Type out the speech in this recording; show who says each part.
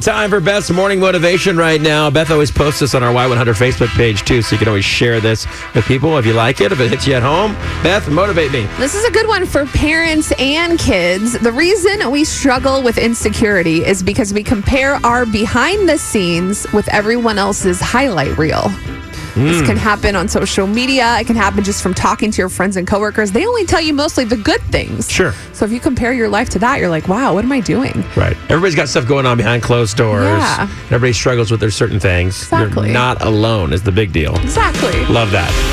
Speaker 1: Time for best morning motivation right now. Beth always posts this on our Y100 Facebook page too, so you can always share this with people if you like it. If it hits you at home, Beth, motivate me.
Speaker 2: This is a good one for parents and kids. The reason we struggle with insecurity is because we compare our behind the scenes with everyone else's highlight reel. This can happen on social media. It can happen just from talking to your friends and coworkers. They only tell you mostly the good things.
Speaker 1: Sure.
Speaker 2: So if you compare your life to that, you're like, wow, what am I doing?
Speaker 1: Right. Everybody's got stuff going on behind closed doors.
Speaker 2: Yeah.
Speaker 1: Everybody struggles with their certain things.
Speaker 2: Exactly.
Speaker 1: You're not alone is the big deal.
Speaker 2: Exactly.
Speaker 1: Love that.